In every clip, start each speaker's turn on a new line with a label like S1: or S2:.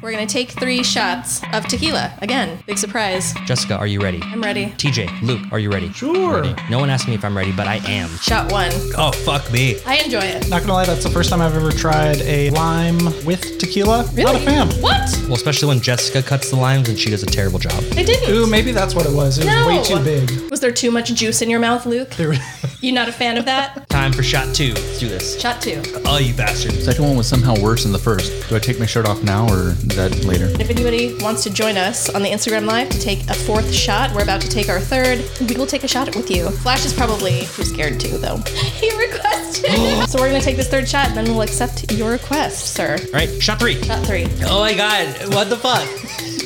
S1: We're gonna take three shots of tequila. Again, big surprise.
S2: Jessica, are you ready?
S1: I'm ready.
S2: TJ, Luke, are you ready?
S3: Sure.
S2: Ready. No one asked me if I'm ready, but I am.
S1: Shot one.
S2: Oh, fuck me.
S1: I enjoy it.
S3: Not gonna lie, that's the first time I've ever tried a lime with tequila.
S1: Really?
S3: Not a fan.
S1: What?
S2: Well, especially when Jessica cuts the limes and she does a terrible job.
S1: I didn't.
S3: Ooh, maybe that's what it was. It was
S1: No.
S3: way too big.
S1: Was there too much juice in your mouth, Luke?
S3: They were-
S1: You not a fan of that?
S2: Time for shot two. Let's do this.
S1: Shot two.
S2: Oh, you bastards.
S4: Second one was somehow worse than the first. Do I take my shirt off now or that later?
S1: If anybody wants to join us on the Instagram Live to take a fourth shot, we're about to take our third. We will take a shot with you. Flash is probably too scared too, though. He requested. so we're gonna take this third shot, and then we'll accept your request, sir.
S2: All right, shot three.
S1: Shot three.
S2: Oh my god, what the fuck?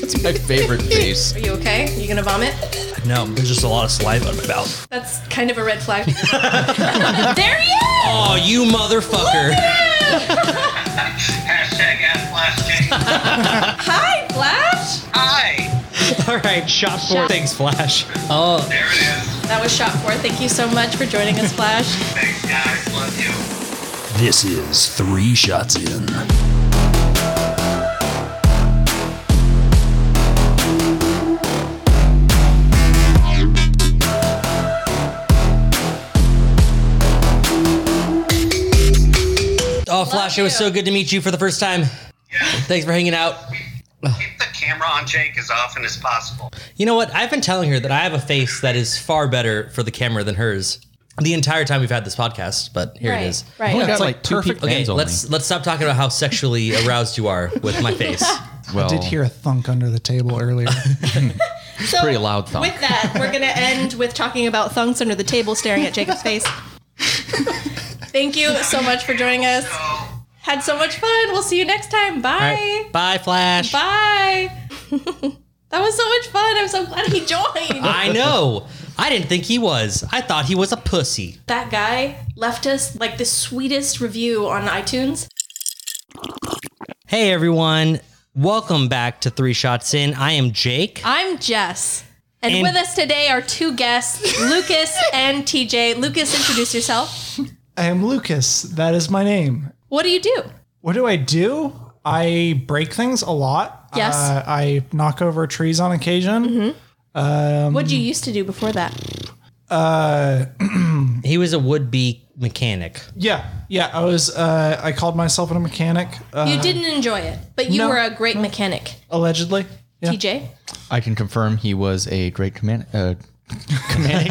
S4: That's my favorite face.
S1: Are you okay? Are you gonna vomit?
S2: No, there's just a lot of saliva in my mouth.
S1: That's kind of a red flag. there he is.
S2: Oh, you motherfucker.
S5: Hashtag ask last name.
S1: Hi, Flash.
S5: Hi.
S2: All right, shot four.
S1: Shot-
S2: Thanks, Flash.
S5: There it is.
S1: That was shot four. Thank you so much for joining us, Flash.
S5: Thanks, guys. Love you.
S6: This is Three Shots In.
S2: Oh, Flash, it was
S1: you.
S2: so good to meet you for the first time.
S5: Yeah.
S2: Thanks for hanging out.
S5: Keep the camera on Jake as often as possible.
S2: You know what? I've been telling her that I have a face that is far better for the camera than hers the entire time we've had this podcast, but here it is.
S1: Right.
S4: Only
S3: Yeah,
S4: got
S3: it's
S4: like
S3: like
S4: two
S3: perfect-
S4: people.
S2: Okay, let's let's stop talking about how sexually aroused you are with my face.
S4: Well,
S3: I did hear a thunk under the table earlier.
S1: So
S4: pretty loud thunk.
S1: With that, we're gonna end with talking about thunks under the table, staring at Jacob's face. Thank you so much for joining us.
S5: So.
S1: Had so much fun. We'll see you next time.
S2: All
S1: Bye.
S2: right. Bye, Flash.
S1: Bye. that was so much fun. I'm so glad he joined.
S2: I know. I didn't think he was. I thought he was a pussy.
S1: that guy left us like the sweetest review on iTunes.
S2: Hey everyone. Welcome back to Three Shots In. I am Jake.
S1: I'm Jess. And,
S2: And-
S1: with us today are two guests, Lucas and TJ. Lucas, introduce yourself.
S3: I am Lucas. That is my name.
S1: What do you do?
S3: What do I do? I break things a lot.
S1: Yes. Mm-hmm.
S3: Uh, I knock over trees on occasion.
S1: What did you used to do before that?
S2: He was a would-be mechanic.
S3: Yeah. Yeah. I was, uh, I called myself a mechanic, uh,
S1: You didn't enjoy it, but you
S3: no,
S1: were a great mechanic,
S3: allegedly. Yeah.
S1: TJ.
S4: I can confirm he was a great command. Uh, command-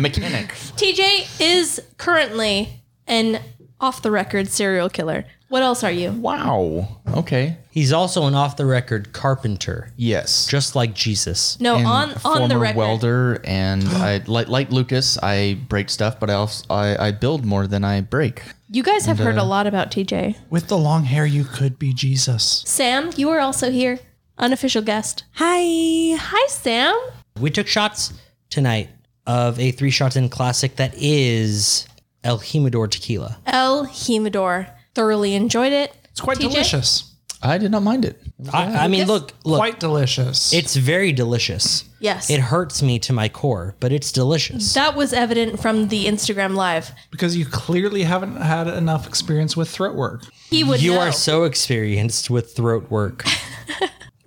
S4: mechanic.
S1: TJ is currently an off the record serial killer. What else are you?
S4: Wow. Okay.
S2: He's also an off-the-record carpenter,
S4: Yes.
S2: just like Jesus.
S1: No,
S4: and
S1: Oh, on on
S4: a
S1: the
S4: former
S1: record.
S4: welder, and I like like Lucas. I break stuff, but I also I, I build more than I break.
S1: You guys have
S3: uh,
S1: heard a lot about TJ.
S3: With the long hair, you could be Jesus.
S1: Sam, you are also here, unofficial guest.
S7: Hi.
S1: Hi, Sam.
S2: We took shots tonight of a Three Shots In classic that is El Jimador tequila.
S1: El Himador thoroughly enjoyed it.
S3: It's quite
S1: TJ?
S3: delicious.
S4: I did not mind it.
S2: I, I mean, look, look,
S3: Quite delicious.
S2: it's very delicious.
S1: Yes.
S2: It hurts me to my core, but it's delicious.
S1: that was evident from the Instagram live.
S3: because you clearly haven't had enough experience with throat work.
S1: He would
S2: You
S1: know.
S2: are so experienced with throat work.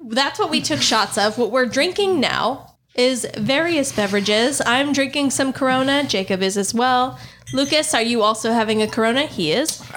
S1: that's what we took shots of. What we're drinking now is various beverages. I'm drinking some Corona. Jacob is as well. Lucas, are you also having a Corona? He is.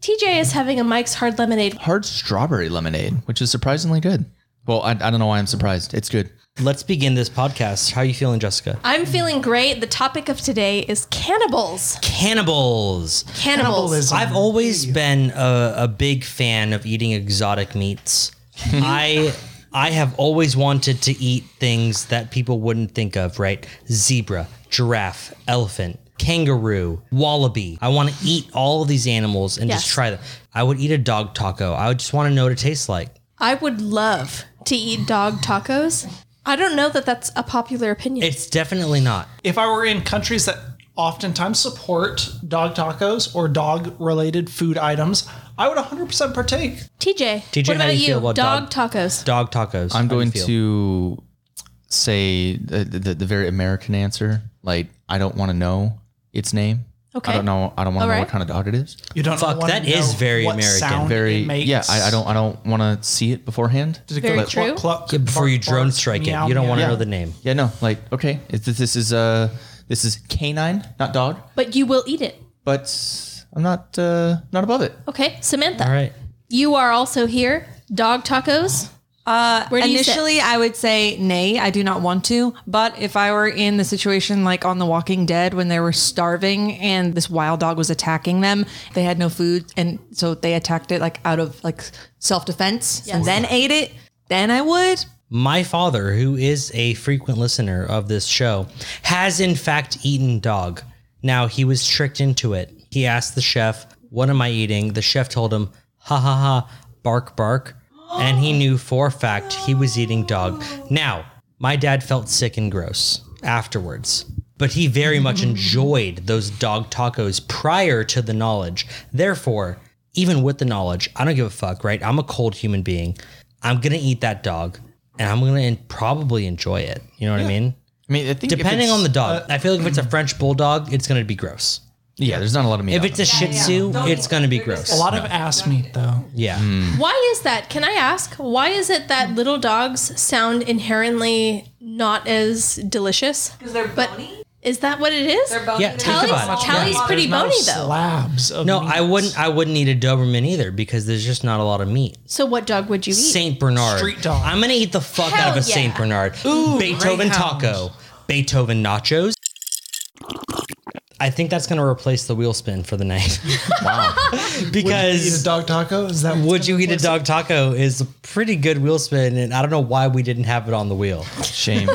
S1: TJ is having a Mike's Hard Lemonade.
S4: Hard strawberry lemonade, which is surprisingly good. Well, I, I don't know why I'm surprised. It's good.
S2: Let's begin this podcast. How are you feeling, Jessica?
S1: I'm feeling great. The topic of today is cannibals.
S2: Cannibals.
S1: Cannibals.
S3: Cannibalism.
S2: I've always been a, a big fan of eating exotic meats. I I have always wanted to eat things that people wouldn't think of, right? Zebra, giraffe, elephant, kangaroo, wallaby. I want to eat all of these animals and
S1: Yes.
S2: just try them. I would eat a dog taco. I would just want to know what it tastes like.
S1: I would love to eat dog tacos. I don't know that that's a popular opinion.
S2: It's definitely not.
S3: If I were in countries that oftentimes support dog tacos or dog related food items, I would 100% partake.
S1: TJ,
S2: TJ,
S1: what
S2: how
S1: about
S2: do you
S1: you?
S2: feel about
S1: dog,
S2: dog-
S1: tacos.
S2: Dog tacos. How
S4: I'm
S2: do you
S4: going
S2: feel?
S4: to say the, the, the very American answer. Like, I don't want to know its name.
S1: Okay.
S4: I don't know. I don't want to know
S1: Alright.
S4: what kind of dog it is.
S3: You don't.
S2: Fuck,
S3: wanna
S2: that
S3: know
S2: is very
S3: what
S2: American.
S3: Sound
S4: Very.
S3: It makes.
S4: Yeah. I, I don't. I don't want to see it beforehand.
S3: Does it
S1: Very
S3: go
S1: true.
S3: cluck, cluck,
S2: Yeah, before
S3: bark,
S2: you drone
S3: bark,
S2: strike it,
S3: meow,
S2: you don't want to
S3: meow?
S2: know the name.
S4: Yeah. No. Like. Okay. It's, this, this is uh. This is canine, not dog.
S1: But you will eat it.
S4: But I'm not. Uh. Not above it.
S1: Okay, Samantha.
S2: All right.
S1: You are also here. Dog tacos. Uh, Where do you sit?
S7: Initially, I would say nay, I do not want to. But if I were in the situation like on The Walking Dead when they were starving and this wild dog was attacking them, they had no food, and so they attacked it like out of like self defense and then ate it. Then I would.
S2: My father, who is a frequent listener of this show, has in fact eaten dog. Now, he was tricked into it. He asked the chef, What am I eating? The chef told him, Ha ha ha, bark, bark. And he knew for a fact he was eating dog. Now, my dad felt sick and gross afterwards, but he very much enjoyed those dog tacos prior to the knowledge. Therefore, even with the knowledge, I don't give a fuck, right? I'm a cold human being. I'm going to eat that dog and I'm going to probably enjoy it. You know what I mean?
S4: I mean, I think if
S2: Depending
S4: it's-
S2: on the dog. I feel like if it's a French bulldog, it's going to be gross.
S4: Yeah. There's not a lot of meat.
S2: If
S4: on
S2: it's a shih tzu, it's going to be gross.
S3: A lot of ass meat though.
S2: Yeah.
S1: Why is that? Can I ask? Why is it that little dogs sound inherently not as delicious? Because they're bony. Is that what it is? They're
S2: Yeah. Think
S1: Tally's,
S2: about it.
S1: Tally's
S2: Yeah.
S1: pretty
S3: There's no
S1: bony though.
S3: Slabs of
S2: No,
S3: meat.
S2: I wouldn't. I wouldn't eat a Doberman either because there's just not a lot of meat.
S1: So what dog would you eat?
S2: Saint Bernard.
S3: Street dog.
S2: I'm gonna eat the fuck
S1: Hell
S2: out of a
S1: yeah.
S2: Saint Bernard. Ooh, Beethoven
S3: Greyhound.
S2: taco, Beethoven nachos. I think that's gonna replace the wheel spin for the night. wow.
S3: Eat a
S2: because
S3: dog taco? Is that
S2: would you eat a dog taco is a pretty good wheel spin, and I don't know why we didn't have it on the wheel.
S4: it. Shame.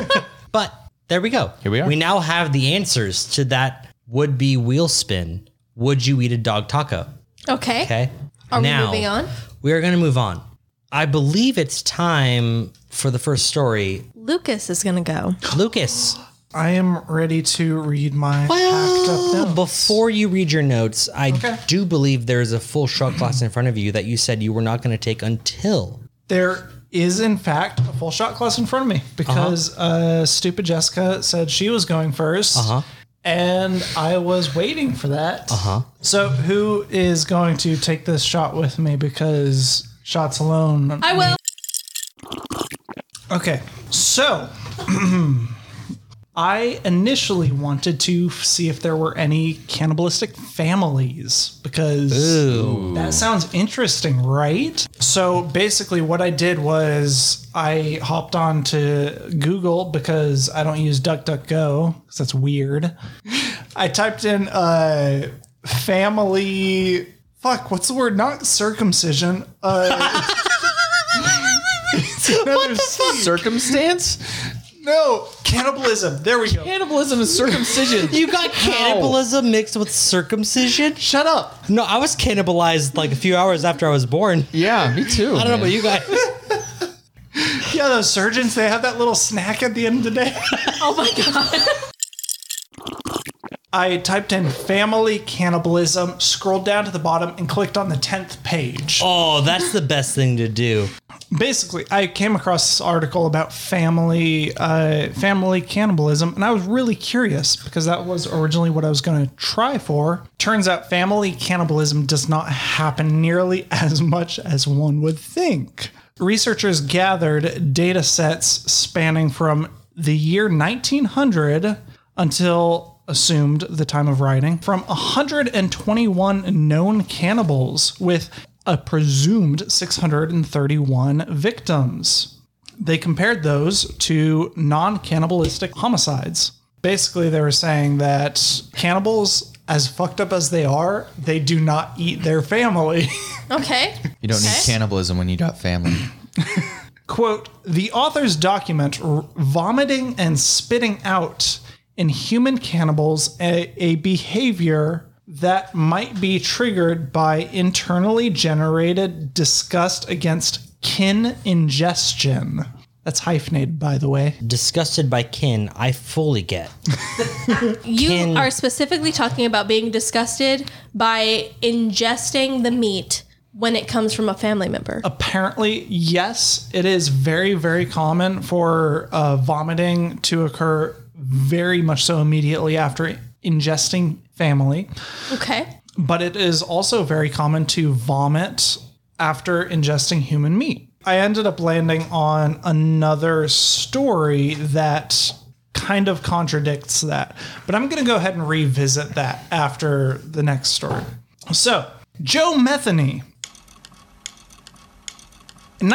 S2: But there we go. Here
S4: we are.
S2: We now have the answers to that would be wheel spin. Would you eat a dog taco?
S1: Okay.
S2: Okay.
S1: Are we
S2: Now,
S1: moving on?
S2: We are going to move on. I believe it's time for the first story.
S1: Lucas is gonna go.
S2: Lucas,
S3: I am ready to read my packed up notes.
S2: before you read your notes, I
S3: Okay.
S2: do believe there is a full shot glass in front of you that you said you were not going to take until.
S3: There is, in fact, a full shot glass in front of me because uh stupid Jessica said she was going 1st and I was waiting for that. Uh-huh. So who is going to take this shot with me? Because shots alone.
S1: I will.
S3: Okay, so I initially wanted to f- see if there were any cannibalistic families because that sounds interesting, right? So basically, what I did was I hopped on to Google because I don't use DuckDuckGo because that's weird. I typed in uh, family. Fuck, what's the word? Not circumcision. Uh, what the
S4: Circumstance.
S3: No, cannibalism. There we go.
S4: Cannibalism is circumcision.
S2: You got cannibalism mixed with circumcision?
S4: Shut up.
S2: No, I was cannibalized like a few hours after I was born.
S4: Yeah, me too.
S2: I don't know about you guys.
S3: yeah, those surgeons, they have that little snack at the end of the day.
S1: Oh my god.
S3: I typed in family cannibalism, scrolled down to the bottom, and clicked on the 10th page.
S2: Oh, that's the best thing to do.
S3: Basically, I came across this article about family uh, family cannibalism, and I was really curious because that was originally what I was going to try for. Turns out family cannibalism does not happen nearly as much as one would think. Researchers gathered data sets spanning from the year 1900 until assumed the time of writing from 121 known cannibals with a presumed 631 victims. They compared those to non cannibalistic homicides. Basically, they were saying that cannibals, as fucked up as they are, they do not eat their family.
S1: Okay.
S4: You don't need cannibalism when you got family.
S3: quote the authors document r- vomiting and spitting out in human cannibals a, a behavior that might be triggered by internally generated disgust against kin ingestion that's hyphenated by the way
S2: Disgusted by kin, I fully get.
S1: You
S2: Can-
S1: are specifically talking about being disgusted by ingesting the meat when it comes from a family member.
S3: apparently yes it is very very common for uh, vomiting to occur very much so immediately after ingesting family,
S1: Okay.
S3: but it is also very common to vomit after ingesting human meat. I ended up landing on another story that kind of contradicts that, but I'm going to go ahead and revisit that after the next story. So, Joe Metheny. In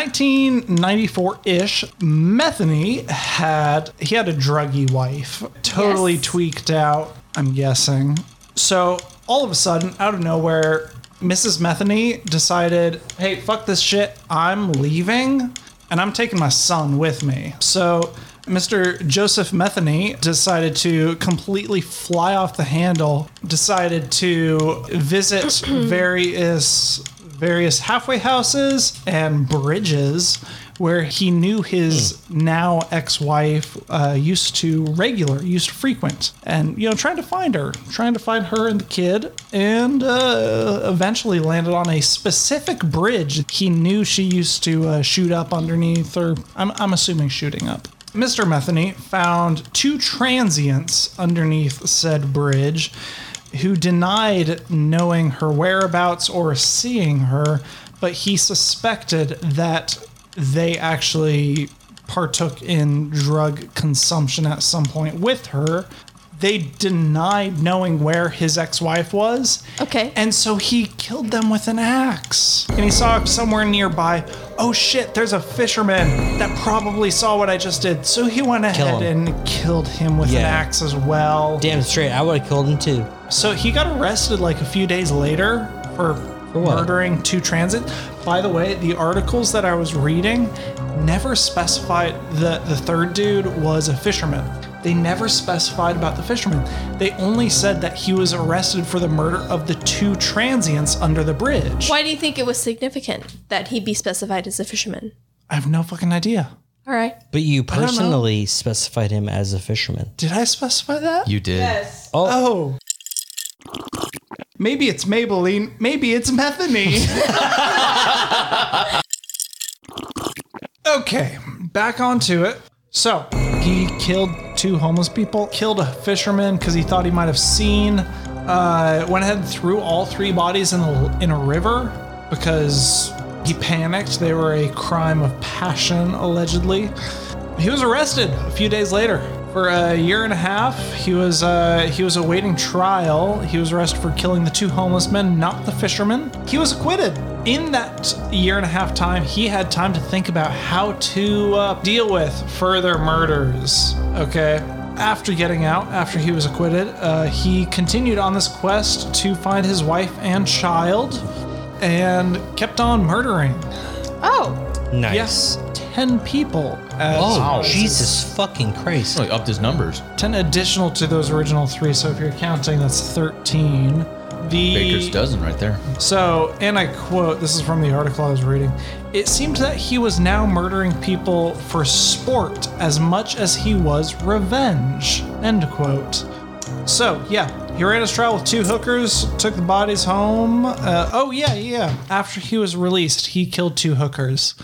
S3: 1994-ish, Metheny had he had a druggy wife, totally
S1: Yes.
S3: tweaked out, I'm guessing. So all of a sudden, out of nowhere, Mrs. Metheny decided, hey, fuck this shit. I'm leaving and I'm taking my son with me. So Mr. Joseph Metheny decided to completely fly off the handle, decided to visit various various halfway houses and bridges where he knew his now ex-wife uh, used to regular used to frequent and you know trying to find her trying to find her and the kid and uh, eventually landed on a specific bridge he knew she used to uh, shoot up underneath or I'm, I'm assuming shooting up mr metheny found two transients underneath said bridge who denied knowing her whereabouts or seeing her, but he suspected that they actually partook in drug consumption at some point with her. They denied knowing where his ex wife was.
S1: Okay.
S3: And so he killed them with an axe. And he saw somewhere nearby, oh shit, there's a fisherman that probably saw what I just did. So he went ahead
S2: him.
S3: and killed him with an
S2: Yeah.
S3: axe as well.
S2: Damn straight, I would have killed him too.
S3: So he got arrested like a few days later for,
S2: what?
S3: murdering two transit. By the way, the articles that I was reading never specified that the third dude was a fisherman. They never specified about the fisherman. They only said that he was arrested for the murder of the two transients under the bridge.
S1: Why do you think it was significant that he be specified as a fisherman?
S3: I have no fucking idea.
S1: All right.
S2: But you personally specified him as a fisherman.
S3: Did I specify that?
S4: You did.
S3: Oh. Maybe it's Maybelline. Maybe it's Methany. okay, back onto it. So, he killed two homeless people, killed a fisherman because he thought he might have seen, uh, went ahead and threw all three bodies in a, in a river because he panicked. They were a crime of passion, allegedly he was arrested a few days later for a year and a half. He was uh, he was awaiting trial. He was arrested for killing the two homeless men, not the fisherman. He was acquitted. In that year and a half time, he had time to think about how to uh, deal with further murders. Okay. After getting out, after he was acquitted, uh, he continued on this quest to find his wife and child, and kept on murdering.
S1: Oh,
S2: Nice.
S3: Yes, ten people. As
S2: Oh, Jesus fucking Christ.
S4: Really upped his numbers.
S3: 10 additional to those original three. So if you're counting, that's 13. The
S4: Baker's dozen right there.
S3: So, and I quote, this is from the article I was reading. It seemed that he was now murdering people for sport as much as he was revenge. End quote. So, yeah, he ran his trial with two hookers, took the bodies home. Uh, oh, yeah, yeah. After he was released, he killed two hookers.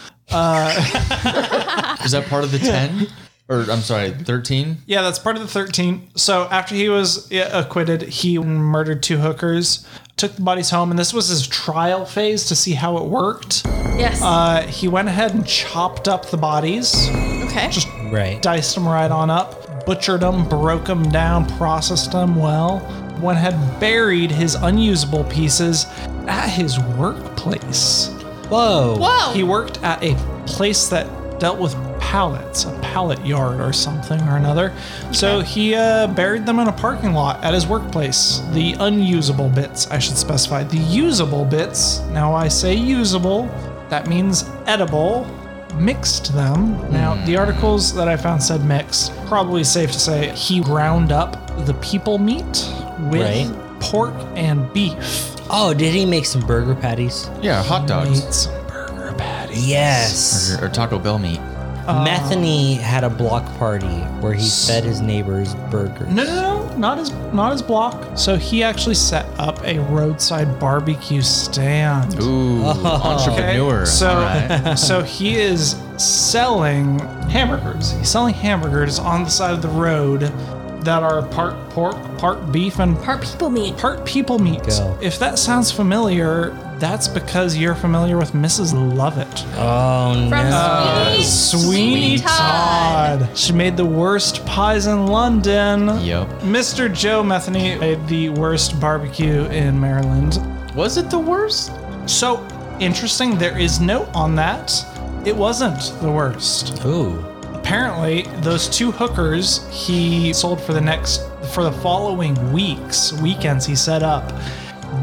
S4: Is that part of the 10? Or I'm sorry, 13?
S3: Yeah, that's part of the 13. So after he was uh, acquitted, he murdered two hookers, took the bodies home, and this was his trial phase to see how it worked.
S1: yes.
S3: Uh, he went ahead and chopped up the bodies,
S1: okay.
S2: Right.
S3: diced them right on up, butchered them, broke them down, processed them well, went ahead and buried his unusable pieces at his workplace.
S2: Whoa.
S1: Whoa.
S3: He worked at a place that dealt with pallets, a pallet yard or something or another. So he uh, buried them in a parking lot at his workplace. The unusable bits, I should specify. The usable bits, now I say usable, that means edible. Mixed them. Now, the articles that I found said mixed. Probably safe to say he ground up the people meat with
S2: Right.
S3: pork and beef.
S2: Oh, did he make some burger patties?
S4: Yeah, hot dogs.
S3: Meat some burger patty.
S2: Yes. Uh.
S4: Or, or Taco Bell meat.
S2: Metheny had a block party where he fed his neighbors burgers.
S3: No, no, no, not his, not his block. So he actually set up a roadside barbecue stand.
S4: Ooe,
S2: Oh,
S4: entrepreneur.
S3: So,
S4: All right.
S3: so he is selling hamburgers. He's selling hamburgers on the side of the road that are part pork, part beef, and
S1: Part people mean.
S3: part people meat.
S2: Go.
S3: If that sounds familiar, that's because you're familiar with Mrs. Lovett.
S2: Oh
S1: From
S2: no.
S3: Uh,
S1: Sweeney,
S3: Sweeney
S1: Todd.
S3: Todd. She made the worst pies in London.
S4: Yep.
S3: Mr. Joe Metheny made the worst barbecue in Maryland.
S4: Was it the worst?
S3: So interesting, there is note on that. It wasn't the worst.
S2: Ooh.
S3: Apparently, those two hookers he sold for the next for the following weeks, weekends he set up.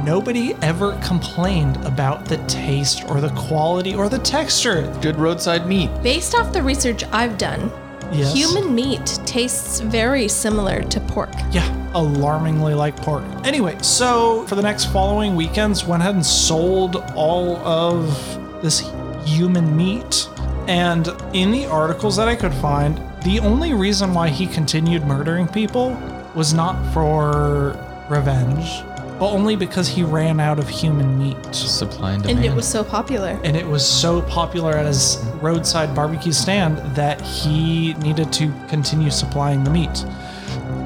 S3: Nobody ever complained about the taste or the quality or the texture.
S4: Good roadside meat.
S1: Based off the research I've done,
S3: Yes.
S1: human meat tastes very similar to pork.
S3: Yeah, alarmingly like pork. Anyway, so for the next following weekends, went ahead and sold all of this human meat. And in the articles that I could find, the only reason why he continued murdering people was not for revenge, but only because he ran out of human meat.
S4: Supply and
S1: And
S4: demand.
S1: it was so popular.
S3: And it was so popular at his roadside barbecue stand that he needed to continue supplying the meat.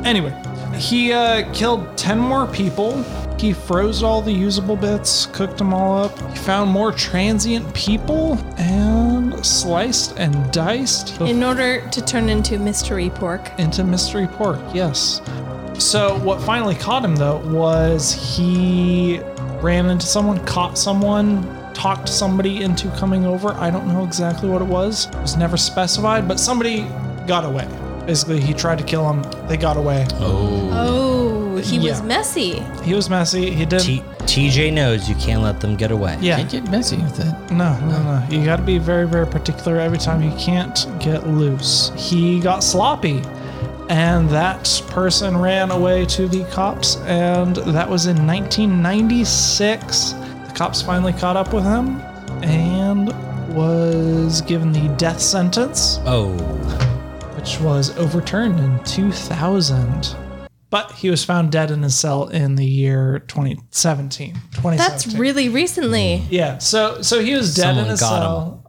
S3: Anyway, he uh, killed 10 more people. He froze all the usable bits, cooked them all up. He found more transient people and sliced and diced
S1: In order to turn into mystery pork,
S3: into mystery pork, yes. So, what finally caught him though was he ran into someone, caught someone, talked somebody into coming over. I don't know exactly what it was, it was never specified, but somebody got away. Basically, he tried to kill him, they got away.
S1: oh, he was
S3: Yeah.
S1: messy.
S3: He was messy, he did.
S2: T- TJ knows you can't let them get away.
S3: yeah.
S4: Can't get messy with it.
S3: No, no, no. You got to be very, very particular every time. You can't get loose. He got sloppy, and that person ran away to the cops, and that was in 1996. The cops finally caught up with him and was given the death sentence,
S2: Oh.
S3: which was overturned in 2000. But he was found dead in his cell in the year 2017. 2017.
S1: That's really recently.
S3: yeah. So, so he was dead in
S2: Someone
S3: his
S2: got him.
S3: cell.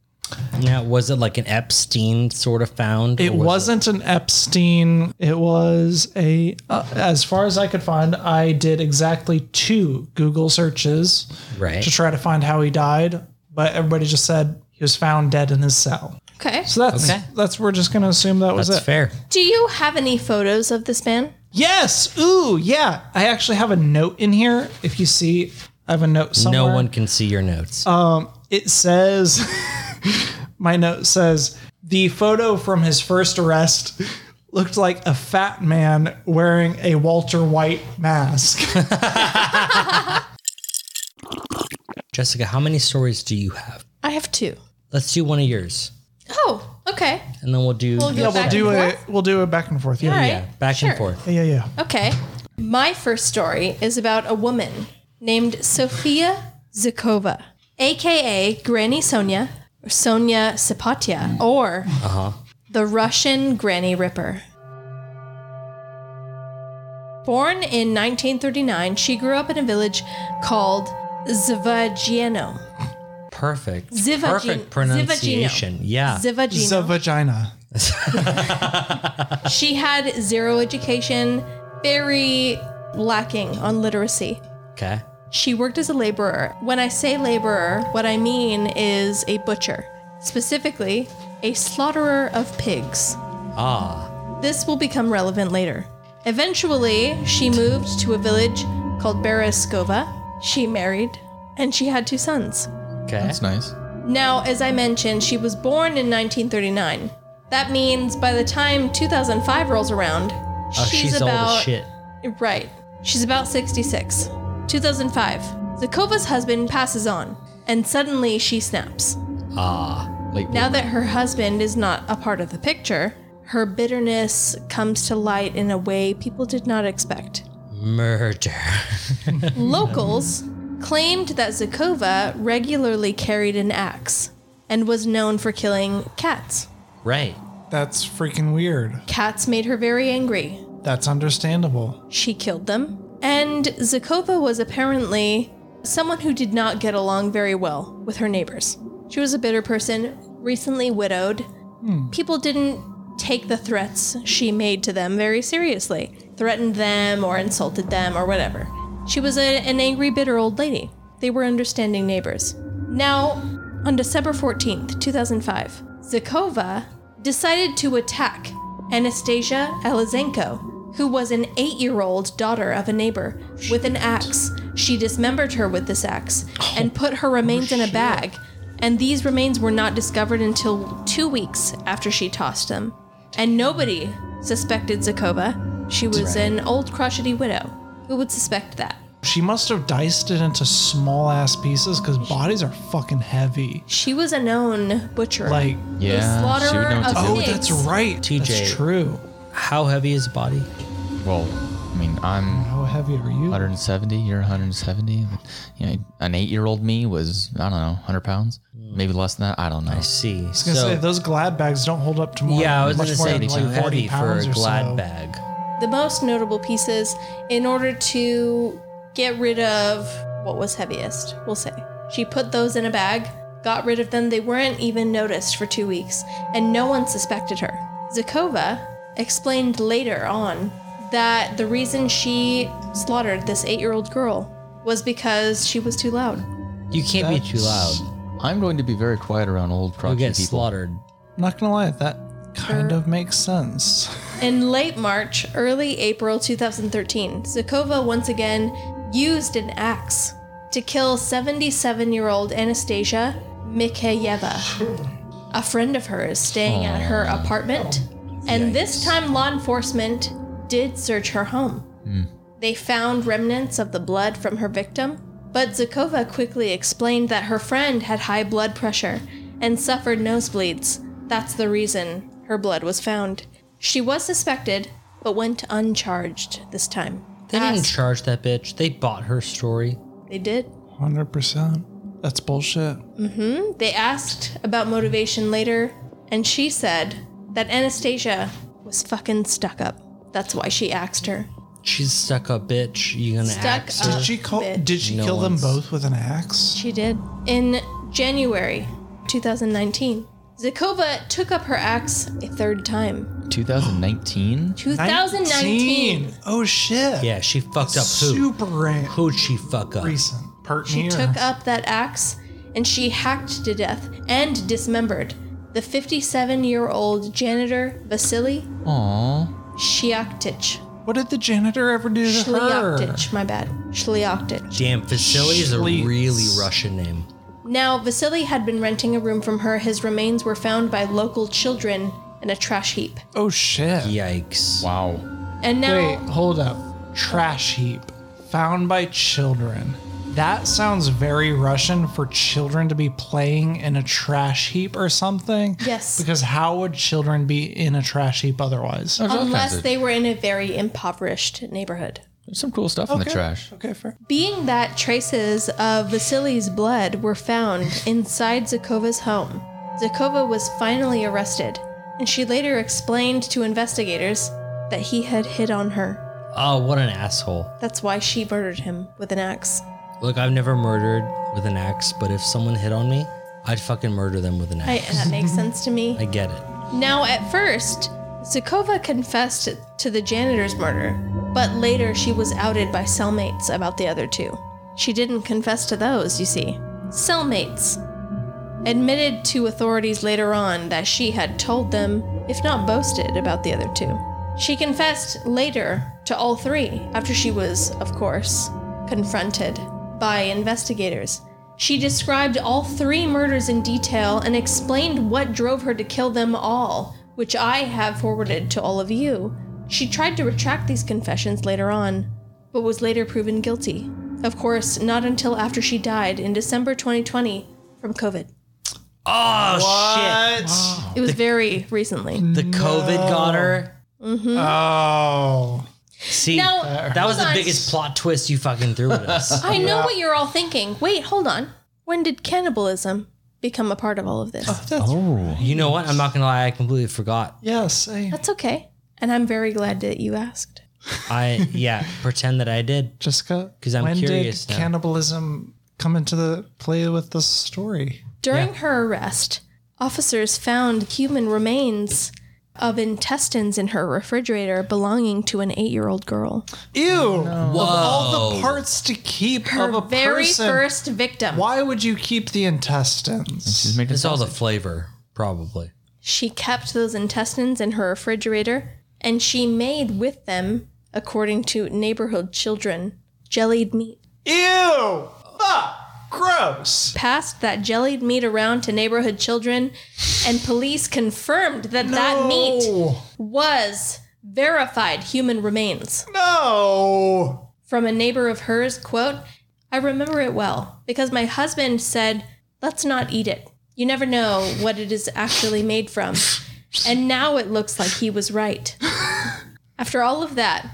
S2: Now was it like an Epstein sort of found? or
S3: It
S2: was
S3: wasn't an Epstein. It was a, uh, as far as I could find, I did exactly two Google searches
S2: Right.
S3: to try to find how he died, but everybody just said he was found dead in his cell.
S1: Okay.
S3: So that's that's we're just gonna assume that was
S2: That's
S3: it.
S2: fair.
S1: Do you have any photos of this man?
S3: Yes. Ooh, yeah. I actually have a note in here. If you see, I have a note somewhere. Uh,
S2: No one can see your notes.
S3: it says my note says the photo from his first arrest looked like a fat man wearing a Walter White mask.
S2: Jessica, how many stories do you have?
S1: I have two.
S2: Let's do one of yours,
S1: Oh, okay.
S2: and then we'll do
S1: We'll
S3: yeah,
S1: go
S3: we'll
S1: back
S3: do
S1: and
S3: a
S1: forth.
S3: we'll do a back and forth. Yeah.
S1: All right. Oh,
S2: yeah, back
S1: Sure.
S2: and forth.
S3: Yeah, yeah, yeah.
S1: Okay. My first story is about a woman named Sofia Zukova, aka Granny Sonia, or Sonia Sapatia, or the Russian Granny Ripper. Born in 1939, she grew up in a village called Zvagino.
S2: Perfect.
S1: Zivagin-
S2: Perfect pronunciation.
S1: Zivagino.
S2: Yeah.
S1: Zvagino.
S3: The vagina.
S1: She had zero education, very lacking on literacy.
S2: okay.
S1: She worked as a laborer. When I say laborer, what I mean is a butcher, specifically a slaughterer of pigs.
S2: Ah.
S1: This will become relevant later. Eventually, she moved to a village called Bereskova. She married, and she had two sons.
S2: Okay.
S4: That's nice.
S1: Now, as I mentioned, she was born in 1939. That means by the time 2005 rolls around,
S2: oh, she's, old as shit.
S1: Right. She's about 66. 2005. Zakova's husband passes on, and suddenly she snaps.
S2: Ah.
S4: Like
S1: Now that her husband is not a part of the picture, her bitterness comes to light in a way people did not expect.
S2: Murder.
S1: Locals claimed that Zakova regularly carried an axe and was known for killing cats.
S2: right.
S3: That's freaking weird.
S1: Cats made her very angry,
S3: That's understandable.
S1: She killed them. And Zakova was apparently someone who did not get along very well with her neighbors. She was a bitter person, recently widowed. People didn't take the threats she made to them very seriously, threatened them or insulted them or whatever. She was a, an angry, bitter old lady. They were understanding neighbors. Now, on December 14th, 2005, Zakova decided to attack Anastasia Alizenko, who was an eight year old daughter of a neighbor, with an axe. She dismembered her with this axe and put her remains in a bag, and these remains were not discovered until two weeks after she tossed them. And nobody suspected Zakova. She was an old crotchety widow. Who would suspect that?
S3: She must have diced it into small ass pieces because bodies are fucking heavy.
S1: She was a known butcher.
S3: Like,
S1: a
S4: Yeah, she would
S1: slaughterer
S4: know what
S1: of
S4: to do.
S3: oh,
S1: pigs.
S3: that's right.
S2: TJ.
S3: That's true.
S2: How heavy is the body?
S4: Oh, Well, I mean, I'm
S3: How heavy are you?
S4: 170. You're 170. You know, an eight-year-old me was I don't know 100 pounds, maybe less than that. Hmm. I don't know.
S2: See,
S3: I was gonna say those Glad bags don't hold up to more.
S2: yeah, I was
S3: much
S2: gonna
S3: more
S2: say
S3: than,
S2: too
S3: like, 40
S2: heavy for a
S3: pounds or
S2: glad
S3: so.
S2: bag.
S1: the most notable pieces in order to get rid of what was heaviest, we'll say. She put those in a bag, got rid of them. They weren't even noticed for two weeks, and no one suspected her. Zakova explained later on that the reason she slaughtered this eight year old girl was because she was too loud.
S2: You can't be too
S3: That's-
S2: loud.
S4: I'm going to be very quiet around old
S2: You'll
S4: crotchety
S2: get
S4: people.
S2: slaughtered.
S3: I'm not gonna lie, that kind of makes sense.
S1: In late March, early April 2013, Zakova once again used an axe to kill 77 year old Anastasia Mikheyeva, a friend of hers staying at her apartment. And this time, law enforcement did search her home. They found remnants of the blood from her victim, but Zakova quickly explained that her friend had high blood pressure and suffered nosebleeds. That's the reason her blood was found. She was suspected, but went uncharged this time.
S2: They didn't
S1: Asked-
S2: charge that bitch. They bought her story.
S1: they did.
S3: Hundred percent. That's bullshit.
S1: They asked about motivation later, and she said that Anastasia was fucking stuck up. That's why she axed her.
S2: She's stuck up, bitch. You gonna
S1: Stuck
S2: axe
S1: up.
S2: her?
S3: Did she call,
S1: bitch.
S3: Did she
S2: No
S3: kill them
S2: one's-
S3: both with an axe?
S1: She did. In January 2019, Zakova took up her axe a third time.
S4: 2019.
S1: 2019.
S3: 19. Oh shit.
S2: Yeah, she fucked up who?
S3: Super rant.
S2: Who'd she fuck up?
S3: recent. Pert
S1: She took up that axe and she hacked to death and dismembered the 57 year old janitor Vasily
S4: Aw,
S1: Shiaktich.
S3: What did the janitor ever do to her?
S1: Shliaktich, my bad. Shliaktich.
S2: Damn, Vasily is a
S3: Please.
S2: really Russian name.
S1: Now, Vasily had been renting a room from her. His remains were found by local children in a trash heap.
S3: Oh shit.
S2: Yikes.
S4: wow.
S1: And now.
S3: Wait, hold up. Trash heap found by children. That sounds very Russian for children to be playing in a trash heap or something.
S1: Yes.
S3: Because how would children be in a trash heap otherwise? Okay,
S1: Unless
S4: of-
S1: they were in a very impoverished neighborhood.
S4: There's some cool stuff in the trash.
S3: Okay, fair.
S1: Being that traces of Vasily's blood were found inside Zakova's home, Zakova was finally arrested, and she later explained to investigators that he had hit on her.
S2: Oh, what an asshole.
S1: That's why she murdered him with an axe.
S2: Look, I've never murdered with an axe, but if someone hit on me, I'd fucking murder them with an
S1: I,
S2: axe.
S1: that makes sense to me.
S2: I, get it.
S1: Now, at first, Zakova confessed to the janitor's murder, but later she was outed by cellmates about the other two. She didn't confess to those, you see. Cellmates admitted to authorities later on that she had told them, if not boasted, about the other two. She confessed later to all three after she was, of course, confronted by investigators. She described all three murders in detail and explained what drove her to kill them all, which I have forwarded to all of you. She tried to retract these confessions later on, but was later proven guilty. Of course, not until after she died in December 2020 from COVID.
S2: Oh, shit.
S1: It was very recently.
S2: The COVID got her.
S1: Hmm?
S3: Oh.
S2: See,
S1: Now,
S2: that was
S1: hold
S2: the
S1: on.
S2: biggest plot twist you fucking threw at us.
S1: I know what you're all thinking. Wait, hold on. When did cannibalism become a part of all of this?
S3: That's,
S2: You know what? I'm not gonna lie. I completely forgot.
S3: Yes. I
S1: That's okay. And I'm very glad that you asked.
S2: I yeah, pretend that I did.
S3: Jessica,
S2: 'Cause I'm
S3: when
S2: curious
S3: did
S2: now.
S3: cannibalism come into the play with the story?
S1: During her arrest, officers found human remains of intestines in her refrigerator belonging to an eight year old girl.
S3: Ew! Of all the parts to keep
S1: Her
S3: of a
S1: very
S3: person,
S1: first victim.
S3: why would you keep the intestines?
S4: Just make
S2: It's
S4: this
S2: all the flavor, probably.
S1: She kept those intestines in her refrigerator and she made with them, according to neighborhood children, jellied meat.
S3: Ew! Fuck! Gross!
S1: Passed that jellied meat around to neighborhood children, and police confirmed that that meat
S3: No!
S1: was verified human remains.
S3: No!
S1: from a neighbor of hers quote i remember it well because my husband said let's not eat it you never know what it is actually made from and now it looks like he was right after all of that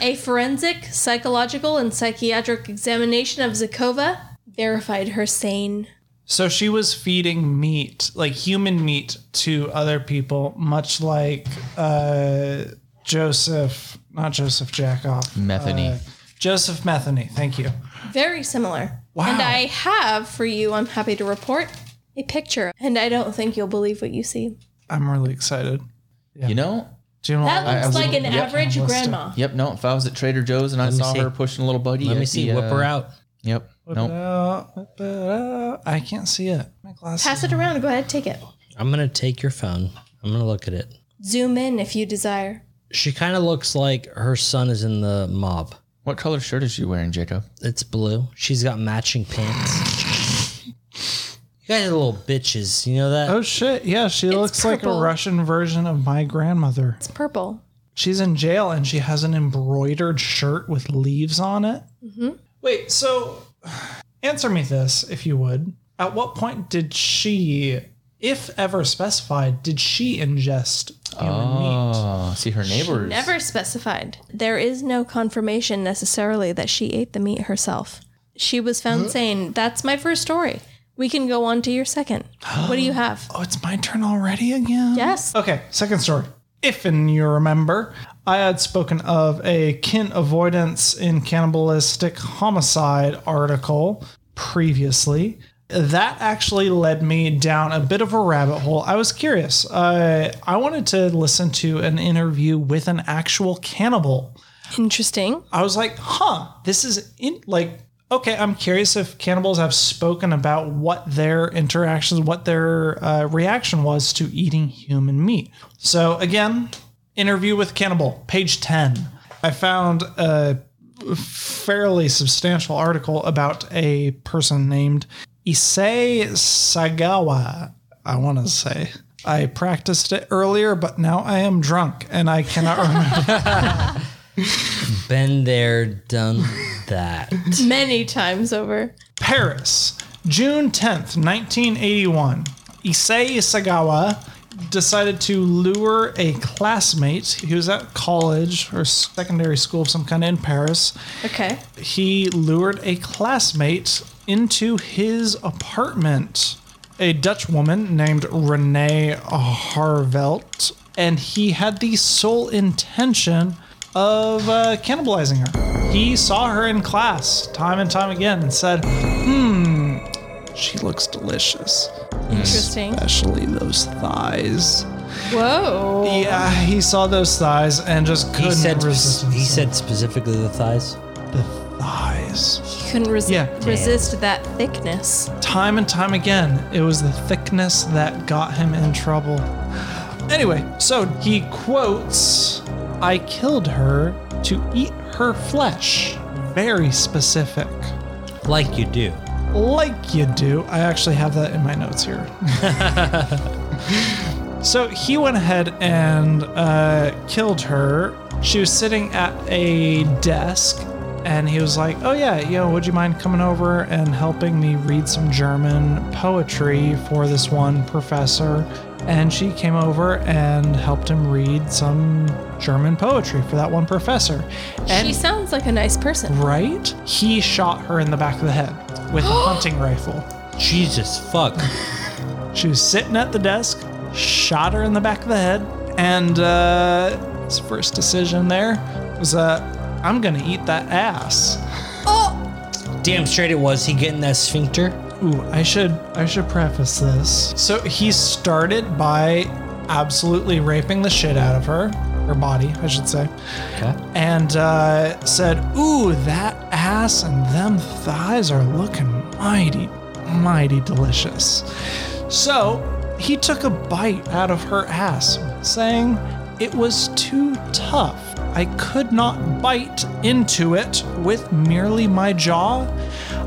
S1: a forensic psychological and psychiatric examination of zakova verified her sane
S3: So she was feeding meat, like human meat, to other people, much like uh, Joseph, not Joseph Jackoff, uh,
S4: Methany.
S3: Joseph Metheny. Thank you.
S1: very similar
S3: Wow.
S1: and i have for you i'm happy to report a picture and i don't think you'll believe what you see
S3: I'm really excited.
S4: you know,
S3: Do you know
S1: that
S3: what-
S1: looks
S4: I
S1: like an
S4: wouldn't- yeah,
S1: average
S3: almost, uh,
S1: grandma
S4: yep. No, if I was at Trader Joe's and I
S2: me
S4: saw
S2: see.
S4: her pushing a little buddy,
S2: Let me
S4: at
S2: see.
S4: the,
S2: Whip her
S4: uh,
S2: out.
S4: Yep. Nope.
S3: Uh, I can't see it. My glasses.
S1: Pass it around. Go ahead, take it.
S2: I'm gonna take your phone. I'm gonna look at it.
S1: Zoom in if you desire.
S2: She kind of looks like her son is in the mob.
S4: What color shirt is she wearing, Jacob?
S2: It's blue. She's got matching pants. you guys are little bitches. You know that?
S3: Oh shit! Yeah, she looks like a
S1: purple.
S3: Russian version of my grandmother.
S1: It's purple.
S3: She's in jail and she has an embroidered shirt with leaves on it. Wait, so answer me this, if you would. At what point did she, if ever specified, did she ingest human meat?
S4: Oh, see her neighbors.
S1: Never specified. There is no confirmation necessarily that she ate the meat herself. She was found saying, That's my first story. We can go on to your second. What do you have?
S3: Oh, Uh, it's my turn already again?
S1: Yes.
S3: Okay, second story. If and you remember, I had spoken of a kin avoidance in cannibalistic homicide article previously. That actually led me down a bit of a rabbit hole. I was curious. Uh, I wanted to listen to an interview with an actual cannibal.
S1: Interesting.
S3: I was like, huh, this is in like okay. I'm curious if cannibals have spoken about what their interactions, what their uh, reaction was to eating human meat. So again, interview with cannibal, page ten. I found a fairly substantial article about a person named Issei Sagawa. I want to say. I practiced it earlier, but now I am drunk and I cannot remember.
S2: Been there, done that.
S1: Many times over.
S3: Paris, June 10th, 1981. Issei Sagawa decided to lure a classmate. He was at college or secondary school of some kind in Paris.
S1: Okay.
S3: He lured a classmate into his apartment, a Dutch woman named Renee Harvelt, and he had the sole intention of uh, cannibalizing her. He saw her in class time and time again and said, hmm, she looks delicious,
S1: Interesting.
S3: especially those thighs.
S1: Whoa.
S3: Yeah, he saw those thighs and just
S2: He
S3: couldn't
S2: said.
S3: resist
S2: He said specifically the thighs.
S3: the thighs.
S1: He couldn't resi-
S3: Yeah.
S1: resist that thickness.
S3: time and time again, it was the thickness that got him in trouble. Anyway, so he quotes, I killed her to eat her flesh. Very specific.
S2: Like you do.
S3: Like you do. I actually have that in my notes here. so he went ahead and uh, killed her. She was sitting at a desk, and he was like, Oh, yeah, yo, would you mind coming over and helping me read some German poetry for this one professor? And she came over and helped him read some German poetry for that one professor. And
S1: she sounds like a nice person.
S3: right, he shot her in the back of the head with a hunting rifle.
S2: Jesus fuck.
S3: She was sitting at the desk, shot her in the back of the head, and uh, his first decision there was, uh, I'm gonna eat that ass.
S2: Damn straight it was. He getting that sphincter.
S3: Ooh, I should I should preface this. So he started by absolutely raping the shit out of her, her body, I should say, and uh, said, Ooh, that ass and them thighs are looking mighty, mighty delicious. So he took a bite out of her ass, saying, It was too tough. I could not bite into it with merely my jaw.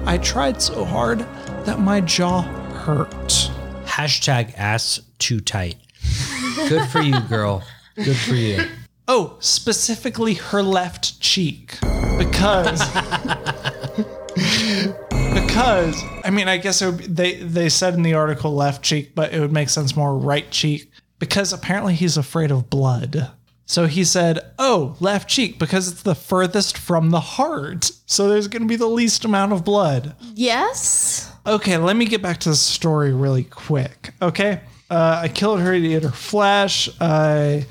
S3: I tried so hard that my jaw hurt.
S2: Hashtag ass too tight. Good for you, girl. Good for you.
S3: Oh, specifically her left cheek. Because. because I mean, I guess it would be, they they said in the article left cheek, but it would make sense more right cheek because apparently he's afraid of blood. So he said, "Oh, left cheek because it's the furthest from the heart. So there's going to be the least amount of blood."
S1: Yes.
S3: Okay, let me get back to the story really quick. Okay. Uh, I killed her to eat her flesh. Uh,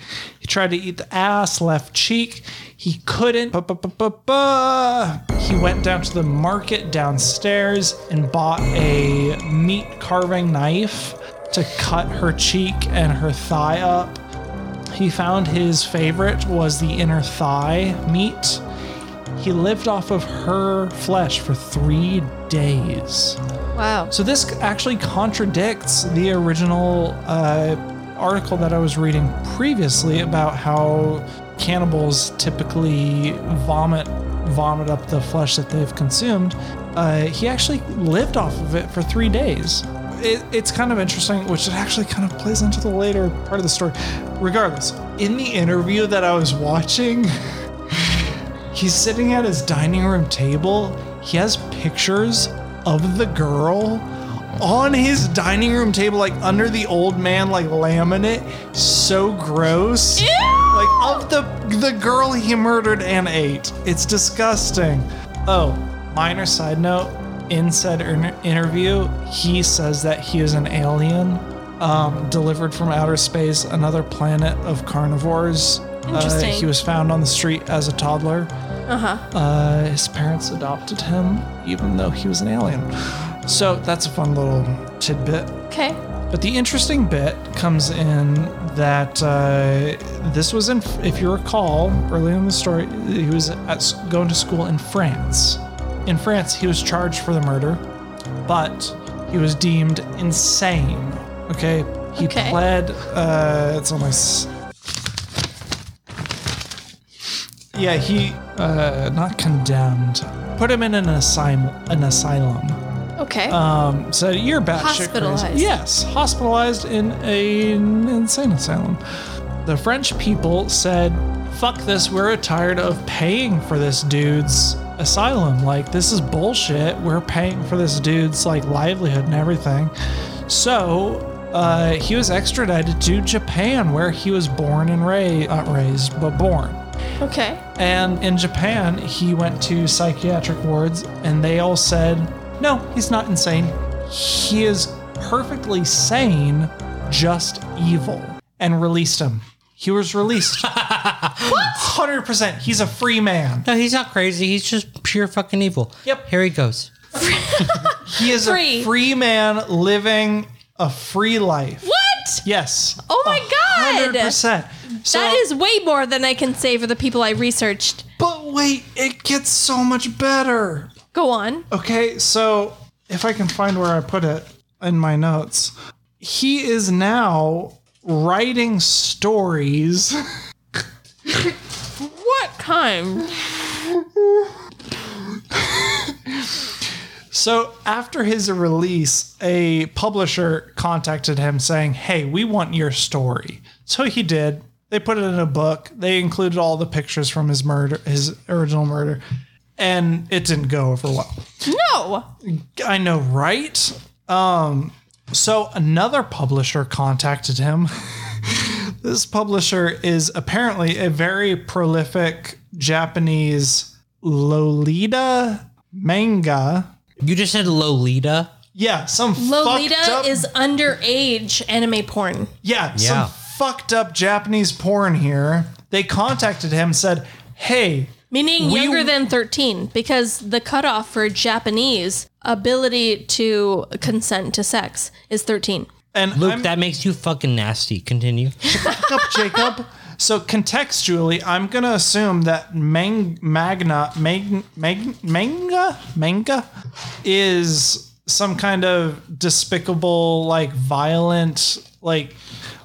S3: he tried to eat the ass, left cheek. He couldn't. Ba, ba, ba, ba, ba. He went down to the market downstairs and bought a meat carving knife to cut her cheek and her thigh up. He found his favorite was the inner thigh meat. He lived off of her flesh for three days.
S1: Wow.
S3: So this actually contradicts the original uh, article that I was reading previously about how cannibals typically vomit vomit up the flesh that they've consumed. Uh, he actually lived off of it for three days. It, it's kind of interesting, which it actually kind of plays into the later part of the story. Regardless, in the interview that I was watching. He's sitting at his dining room table. He has pictures of the girl on his dining room table, like under the old man, like laminate. So gross. Like of the the girl he murdered and ate. It's disgusting. Oh, minor side note. In said inter- interview, he says that he is an alien um, delivered from outer space, another planet of carnivores.
S1: Interesting.
S3: Uh, he was found on the street as a toddler. Uh, his parents adopted him, even though he was an alien. So that's a fun little tidbit.
S1: Okay.
S3: But the interesting bit comes in that uh, this was in, if you recall, early in the story, he was at, s- going to school in France. In France, he was charged for the murder, but he was deemed insane. Okay, he
S1: Okay.
S3: pled. Uh, it's on my. s- Yeah, he uh, not condemned. Put him in an asylum. An asylum
S1: Okay.
S3: um, said you're batshit
S1: Hospitalized.
S3: crazy. Yes, hospitalized in a- an insane asylum. The French people said, "Fuck this! We're tired of paying for this dude's asylum. Like this is bullshit. We're paying for this dude's like livelihood and everything." So. Uh, he was extradited to Japan, where he was born and raised, not raised, but born.
S1: okay.
S3: And in Japan, he went to psychiatric wards, and they all said, No, he's not insane. He is perfectly sane, just evil, and released him. He was released. 100%. He's a free man.
S2: No, he's not crazy. He's just pure fucking evil.
S3: Yep.
S2: Here he goes.
S3: He is
S1: Free.
S3: a free man living a free life.
S1: What?
S3: Yes.
S1: Oh my god.
S3: 100%. So,
S1: That is way more than I can say for the people I researched.
S3: But wait, it gets so much better.
S1: Go on.
S3: Okay, so if I can find where I put it in my notes, he is now writing stories.
S1: What kind?
S3: So after his release, a publisher contacted him saying, Hey, we want your story. So he did. They put it in a book. They included all the pictures from his murder, his original murder, and it didn't go over well.
S1: No.
S3: I know, right? Um, so another publisher contacted him. this publisher is apparently a very prolific Japanese Lolita manga.
S2: You just said Lolita.
S3: Yeah, some fucked
S1: Lolita
S3: up,
S1: is underage anime porn.
S3: yeah,
S2: Yeah.
S3: some fucked up Japanese porn here. They contacted him, said, "Hey,
S1: Meaning
S3: We-
S1: younger than 13, because the cutoff for Japanese ability to consent to sex is 13.
S3: And
S2: Luke,
S3: I'm,
S2: that makes you fucking nasty. Continue.
S3: up, Jacob. So contextually, I'm gonna assume that mang- Magna mag- mag- manga manga is some kind of despicable, like violent, like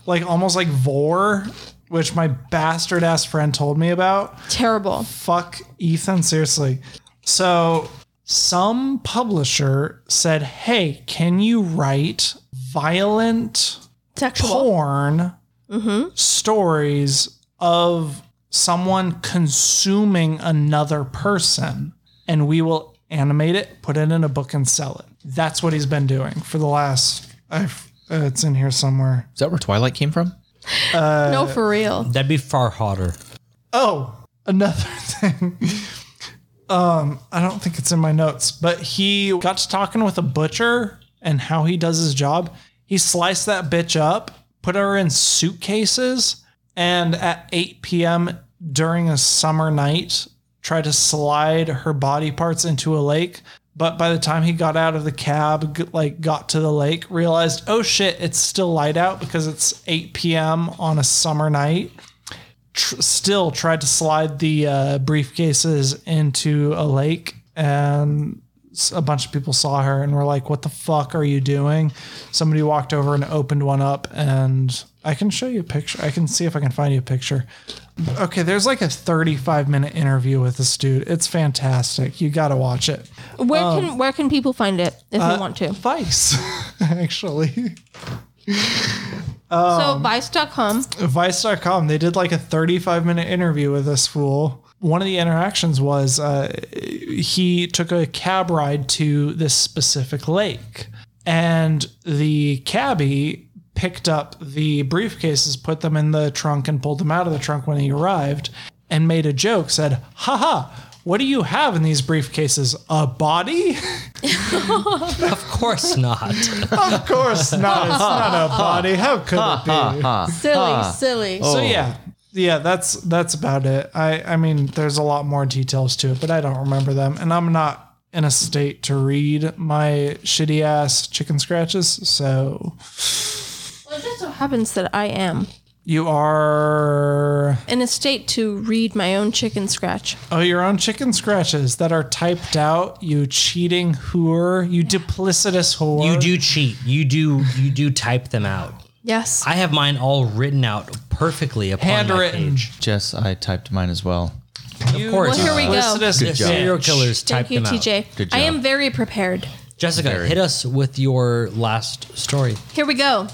S3: like almost like vor, which my bastard ass friend told me about
S1: Terrible.
S3: fuck Ethan, seriously. So, some publisher said, Hey, can you write violent
S1: Sexual.
S3: porn stories of someone consuming another person? And we will animate it, put it in a book, and sell it. That's what he's been doing for the last. I've, uh, it's in here somewhere.
S4: Is that where Twilight came from?
S1: no, for real.
S2: That'd be far hotter.
S3: Oh, another thing. Um, I don't think it's in my notes, but he got to talking with a butcher and how he does his job. He sliced that bitch up, put her in suitcases, and at 8 p.m. during a summer night, tried to slide her body parts into a lake. But by the time he got out of the cab, g- like got to the lake, realized, oh shit, it's still light out because it's 8 p.m. on a summer night tr- still tried to slide the uh, briefcases into a lake and s- a bunch of people saw her and were like what the fuck are you doing somebody walked over and opened one up and i can show you a picture i can see if i can find you a picture okay there's like a 35 minute interview with this dude it's fantastic you gotta watch it
S1: Where can where can people find it if they want to?
S3: vice actually
S1: so vice.com.
S3: Vice.com, they did like a 35 minute interview with this fool. One of the interactions was uh, he took a cab ride to this specific lake, and the cabbie picked up the briefcases, put them in the trunk, and pulled them out of the trunk when he arrived, and made a joke. Said, "Haha, what do you have in these briefcases? A body?"
S2: Of course not.
S3: of course not. It's not a body. How could it be?
S1: Silly, silly.
S2: Oh.
S3: So yeah, yeah, that's that's about it. I I mean, there's a lot more details to it, but I don't remember them, and I'm not in a state to read my shitty ass chicken scratches. So
S1: Well, it just so happens that I am
S3: you are
S1: in a state to read my own chicken scratch.
S3: oh your own chicken scratches that are typed out. You cheating whore. You duplicitous whore.
S2: You do cheat. You do you do type them out.
S1: Yes.
S2: I have mine all written out perfectly upon My
S3: handwritten.
S2: page.
S4: Jess, I typed mine as well.
S3: Of
S2: course.
S1: well, here we go.
S3: Duplicitous
S2: The serial
S3: bitch.
S2: killers type
S1: Thank you,
S2: them out.
S1: TJ.
S4: Good
S1: I
S4: job.
S1: am very prepared.
S2: Jessica, hit us with your last story.
S1: Here we go.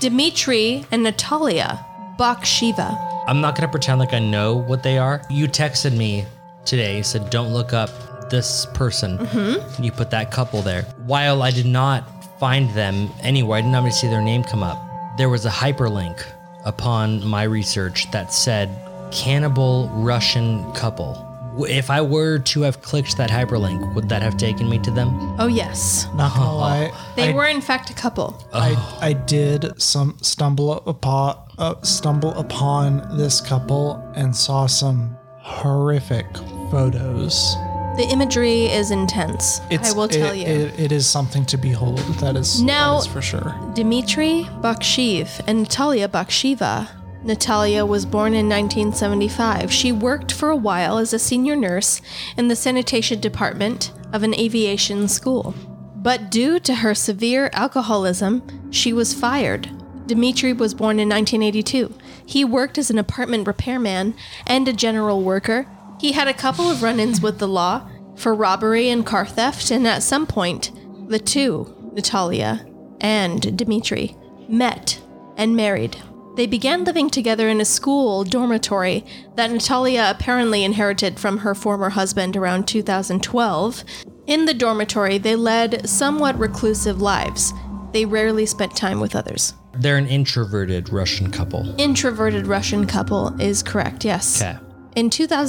S1: Dimitri and Natalia Bakshiva.
S2: I'm not gonna pretend like I know what they are. You texted me today, you said don't look up this person. Mm-hmm. You put that couple there. While I did not find them anywhere, I did not even see their name come up. There was a hyperlink upon my research that said cannibal Russian couple. W- If I were to have clicked that hyperlink, would that have taken me to them?
S1: Oh, yes.
S3: Not gonna lie.
S1: They
S3: I-
S1: were, in fact, a couple.
S3: I, I did some stumble upon uh, stumble upon this couple and saw some horrific photos.
S1: The imagery is intense. I will tell
S3: it-
S1: you.
S3: it- it is something to behold. That is
S1: Now-
S3: that is for sure.
S1: Dmitry Bakshiv and Natalia Bakshiva. Natalia was born in 1975. She worked for a while as a senior nurse in the sanitation department of an aviation school. But due to her severe alcoholism, she was fired. Dmitri was born in 1982. He worked as an apartment repairman and a general worker. He had a couple of run ins with the law for robbery and car theft, and at some point, the two, Natalia and Dmitri, met and married. They began living together in a school dormitory that Natalia apparently inherited from her former husband around 2012. In the dormitory, they led somewhat reclusive lives. They rarely spent time with others.
S2: They're an introverted Russian couple.
S1: Introverted Russian couple is correct, yes.
S2: Okay.
S1: In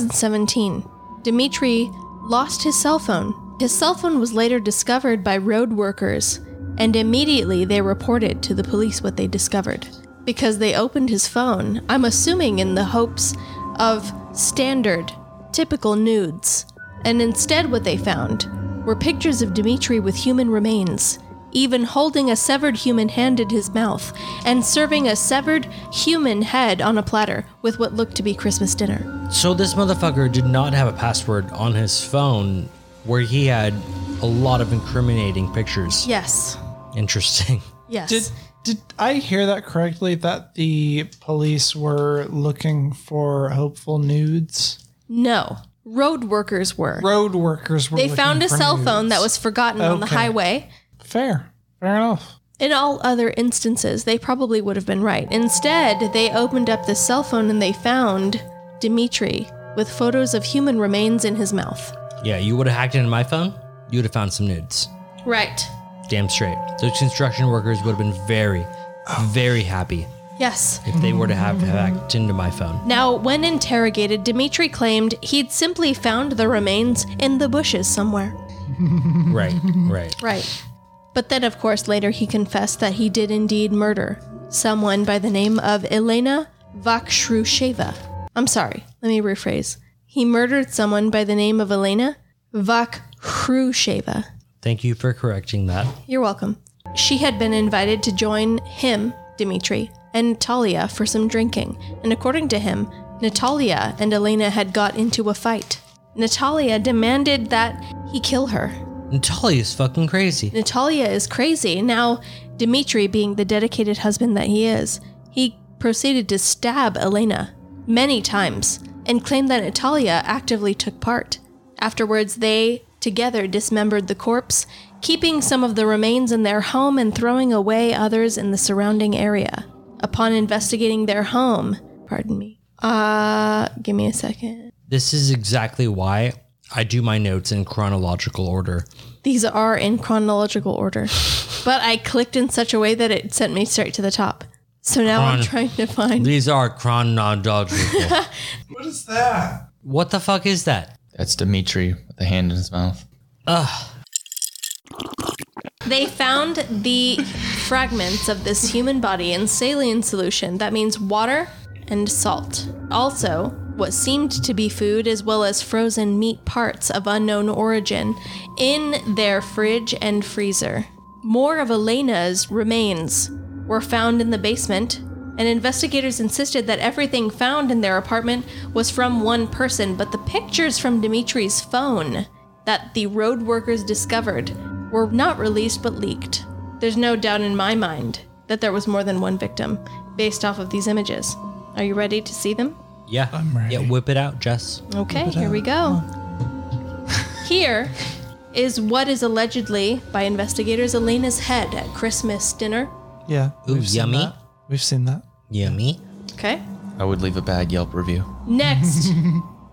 S1: 2017, Dmitri lost his cell phone. His cell phone was later discovered by road workers, and immediately they reported to the police what they discovered. Because they opened his phone, I'm assuming in the hopes of standard, typical nudes. And instead, what they found were pictures of Dimitri with human remains, even holding a severed human hand in his mouth and serving a severed human head on a platter with what looked to be Christmas dinner.
S2: So this motherfucker did not have a password on his phone where he had a lot of incriminating pictures.
S1: Yes.
S2: Interesting.
S1: Yes.
S3: Did did I hear that correctly? That the police were looking for hopeful nudes.
S1: no. Road workers were.
S3: Road workers were.
S1: they
S3: looking
S1: found a
S3: for
S1: cell phone that was
S3: nudes.
S1: forgotten on the
S3: Okay.
S1: highway.
S3: fair. Fair enough.
S1: In all other instances, they probably would have been right. Instead, they opened up the cell phone and they found Dimitri with photos of human remains in his mouth.
S2: Yeah, you would have hacked into my phone, you would have found some nudes.
S1: Right.
S2: Damn straight. Those construction workers would have been very, very happy
S1: Yes.
S2: if they were to have hacked into my phone.
S1: Now, when interrogated, Dimitri claimed he'd simply found the remains in the bushes somewhere.
S2: Right, right.
S1: Right. But then, of course, later he confessed that he did indeed murder someone by the name of Elena Vakhrusheva. I'm sorry, let me rephrase. He murdered someone by the name of Elena Vakhrusheva.
S2: Thank you for correcting that.
S1: You're welcome. She had been invited to join him, Dimitri, and Natalia for some drinking, and according to him, Natalia and Elena had got into a fight. Natalia demanded that he kill her.
S2: Natalia's fucking crazy.
S1: Natalia is crazy. Now, Dimitri, being the dedicated husband that he is, he proceeded to stab Elena many times and claimed that Natalia actively took part. Afterwards, they together dismembered the corpse, keeping some of the remains in their home and throwing away others in the surrounding area. Upon investigating their home, pardon me. Uh, give me a second.
S2: This is exactly why I do my notes in chronological order.
S1: These are in chronological order, but I clicked in such a way that it sent me straight to the top. So now I'm
S2: Chron-
S1: trying to find.
S2: These are chronological.
S3: What is that?
S2: what the fuck is that?
S4: That's Dimitri with the hand in his mouth.
S1: They found the fragments of this human body in saline solution. That means water and salt. Also, what seemed to be food, as well as frozen meat parts of unknown origin, in their fridge and freezer. More of Elena's remains were found in the basement, and investigators insisted that everything found in their apartment was from one person, but the pictures from Dimitri's phone that the road workers discovered were not released but leaked. There's no doubt in my mind that there was more than one victim based off of these images. Are you ready to see them?
S2: Yeah. Yeah, whip it out, Jess.
S1: Okay, here we go. Here is what is allegedly by investigators Elena's head at Christmas dinner.
S3: Yeah.
S2: Ooh,
S3: we've seen
S2: yummy.
S3: that. We've seen that.
S2: Yummy.
S1: Okay.
S4: I would leave a bad Yelp review.
S1: Next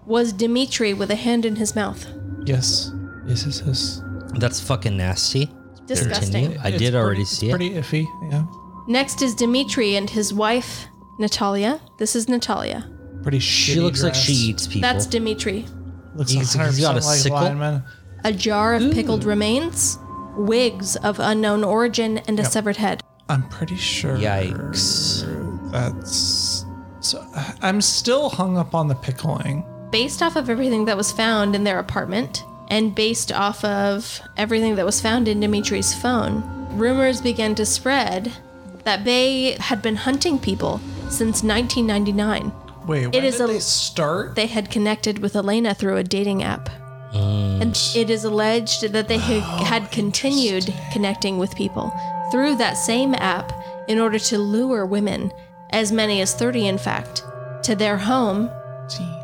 S1: was Dimitri with a hand in his mouth.
S3: Yes. Yes. Yes. yes.
S2: That's fucking nasty.
S1: Disgusting.
S2: Continue. I
S3: It's
S2: did
S3: pre-
S2: already
S3: it's
S2: see it.
S3: Pretty iffy. Yeah.
S1: Next is Dimitri and his wife, Natalia. This is Natalia.
S3: Pretty.
S2: She looks like she eats people.
S1: That's Dimitri.
S3: Looks
S2: He's- he's
S3: 100%
S2: got a
S3: like
S2: sickle.
S3: lineman.
S1: A jar of pickled remains, wigs of unknown origin, and a severed head.
S3: I'm pretty sure.
S2: Yikes.
S3: That's. So I'm still hung up on the pickling.
S1: Based off of everything that was found in their apartment, and based off of everything that was found in Dimitri's phone, rumors began to spread that they had been hunting people since 1999.
S3: Wait, when
S1: is
S3: did
S1: a-
S3: they start?
S1: they had connected with Elena through a dating app. And it is alleged that they ha- had continued connecting with people through that same app in order to lure women, as many as 30 in fact, to their home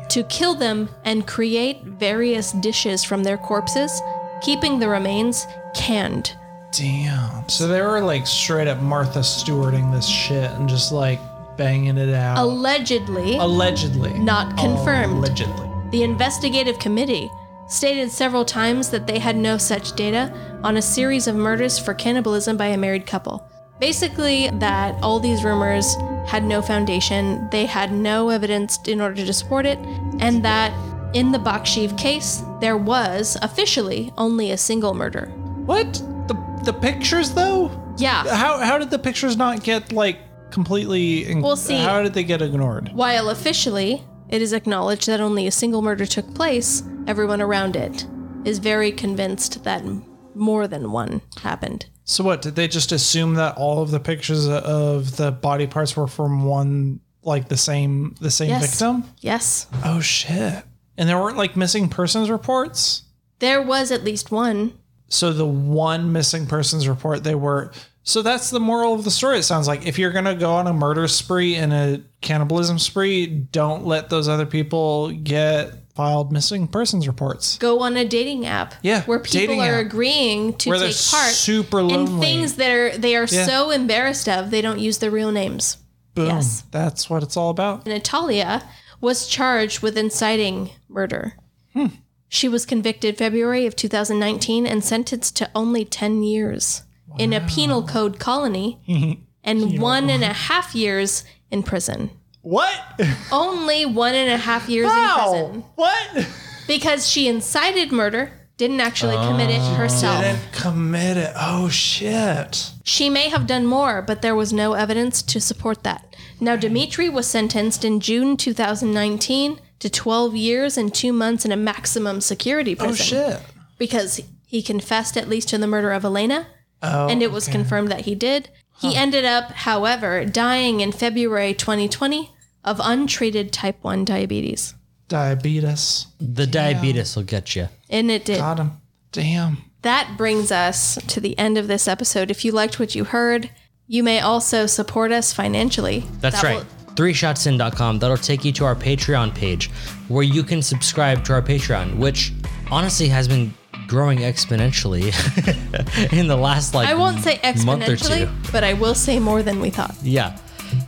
S1: to kill them and create various dishes from their corpses, keeping the remains canned.
S3: Damn. So they were like straight up Martha Stewarting this shit and just like banging it out.
S1: Allegedly,
S3: allegedly.
S1: not confirmed.
S3: Allegedly.
S1: The investigative committee stated several times that they had no such data on a series of murders for cannibalism by a married couple. Basically, that all these rumors had no foundation, they had no evidence in order to support it, and that in the Bakshiv case, there was officially only a single murder.
S3: What? The the pictures though?
S1: Yeah.
S3: How how did the pictures not get like completely? In-
S1: We'll see.
S3: How did they get ignored?
S1: While officially it is acknowledged that only a single murder took place, everyone around it is very convinced that m- more than one happened.
S3: So what did they just assume that all of the pictures of the body parts were from one like the same the same
S1: Yes.
S3: victim?
S1: Yes.
S3: Oh shit. And there weren't like missing persons reports?
S1: There was at least one.
S3: So the one missing persons report they were so that's the moral of the story it sounds like. If you're going to go on a murder spree and a cannibalism spree, don't let those other people get filed missing persons reports.
S1: Go on a dating app.
S3: Yeah,
S1: Where people
S3: dating
S1: are
S3: app.
S1: agreeing to
S3: Where they're
S1: take part
S3: super
S1: in
S3: lonely.
S1: things that are they are
S3: Yeah.
S1: so embarrassed of they don't use their real names.
S3: Boom.
S1: Yes.
S3: That's what it's all about.
S1: Natalia was charged with inciting murder.
S3: Hmm.
S1: She was convicted February of 2019 and sentenced to only 10 years in a penal code colony and one and a half years in prison.
S3: What?
S1: Only one and a half years in prison
S3: How? What?
S1: because she incited murder, didn't actually commit it
S3: Oh.
S1: herself.
S3: Didn't commit it. Oh shit.
S1: She may have done more, but there was no evidence to support that. Now, Dimitri was sentenced in June 2019 to 12 years and two months in a maximum security prison.
S3: Oh shit.
S1: Because he confessed at least to the murder of Elena,
S3: Oh.
S1: and it was confirmed that he did. He ended up, however, dying in February 2020 of untreated type 1 diabetes.
S3: diabetes.
S2: The diabetes will get you.
S1: And it did.
S3: Got him. Damn.
S1: That brings us to the end of this episode. If you liked what you heard, you may also support us financially.
S2: That's
S1: That
S2: right.
S1: will-
S2: Threeshotsin.com. That'll take you to our Patreon page where you can subscribe to our Patreon, which honestly has been growing exponentially in the last like
S1: I won't say
S2: month or two.
S1: exponentially, but I will say more than we thought.
S2: Yeah.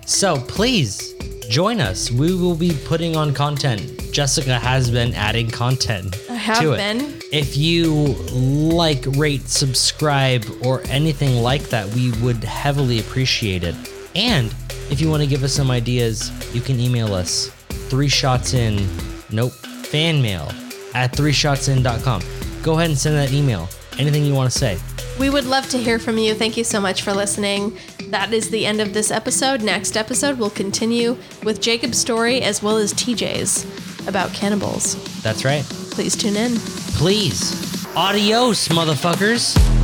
S2: So please join us. We will be putting on content. Jessica has been adding content. I
S1: have
S2: to it.
S1: been.
S2: If you like, rate, subscribe, or anything like that, we would heavily appreciate it. And if you want to give us some ideas, you can email us three shots in, nope, fan mail at three shots in.com. Go ahead and send that email. Anything you want to say.
S1: We would love to hear from you. Thank you so much for listening. That is the end of this episode. Next episode, we'll continue with Jacob's story as well as TJ's about cannibals.
S2: That's right.
S1: Please tune in.
S2: Please. Adios, motherfuckers.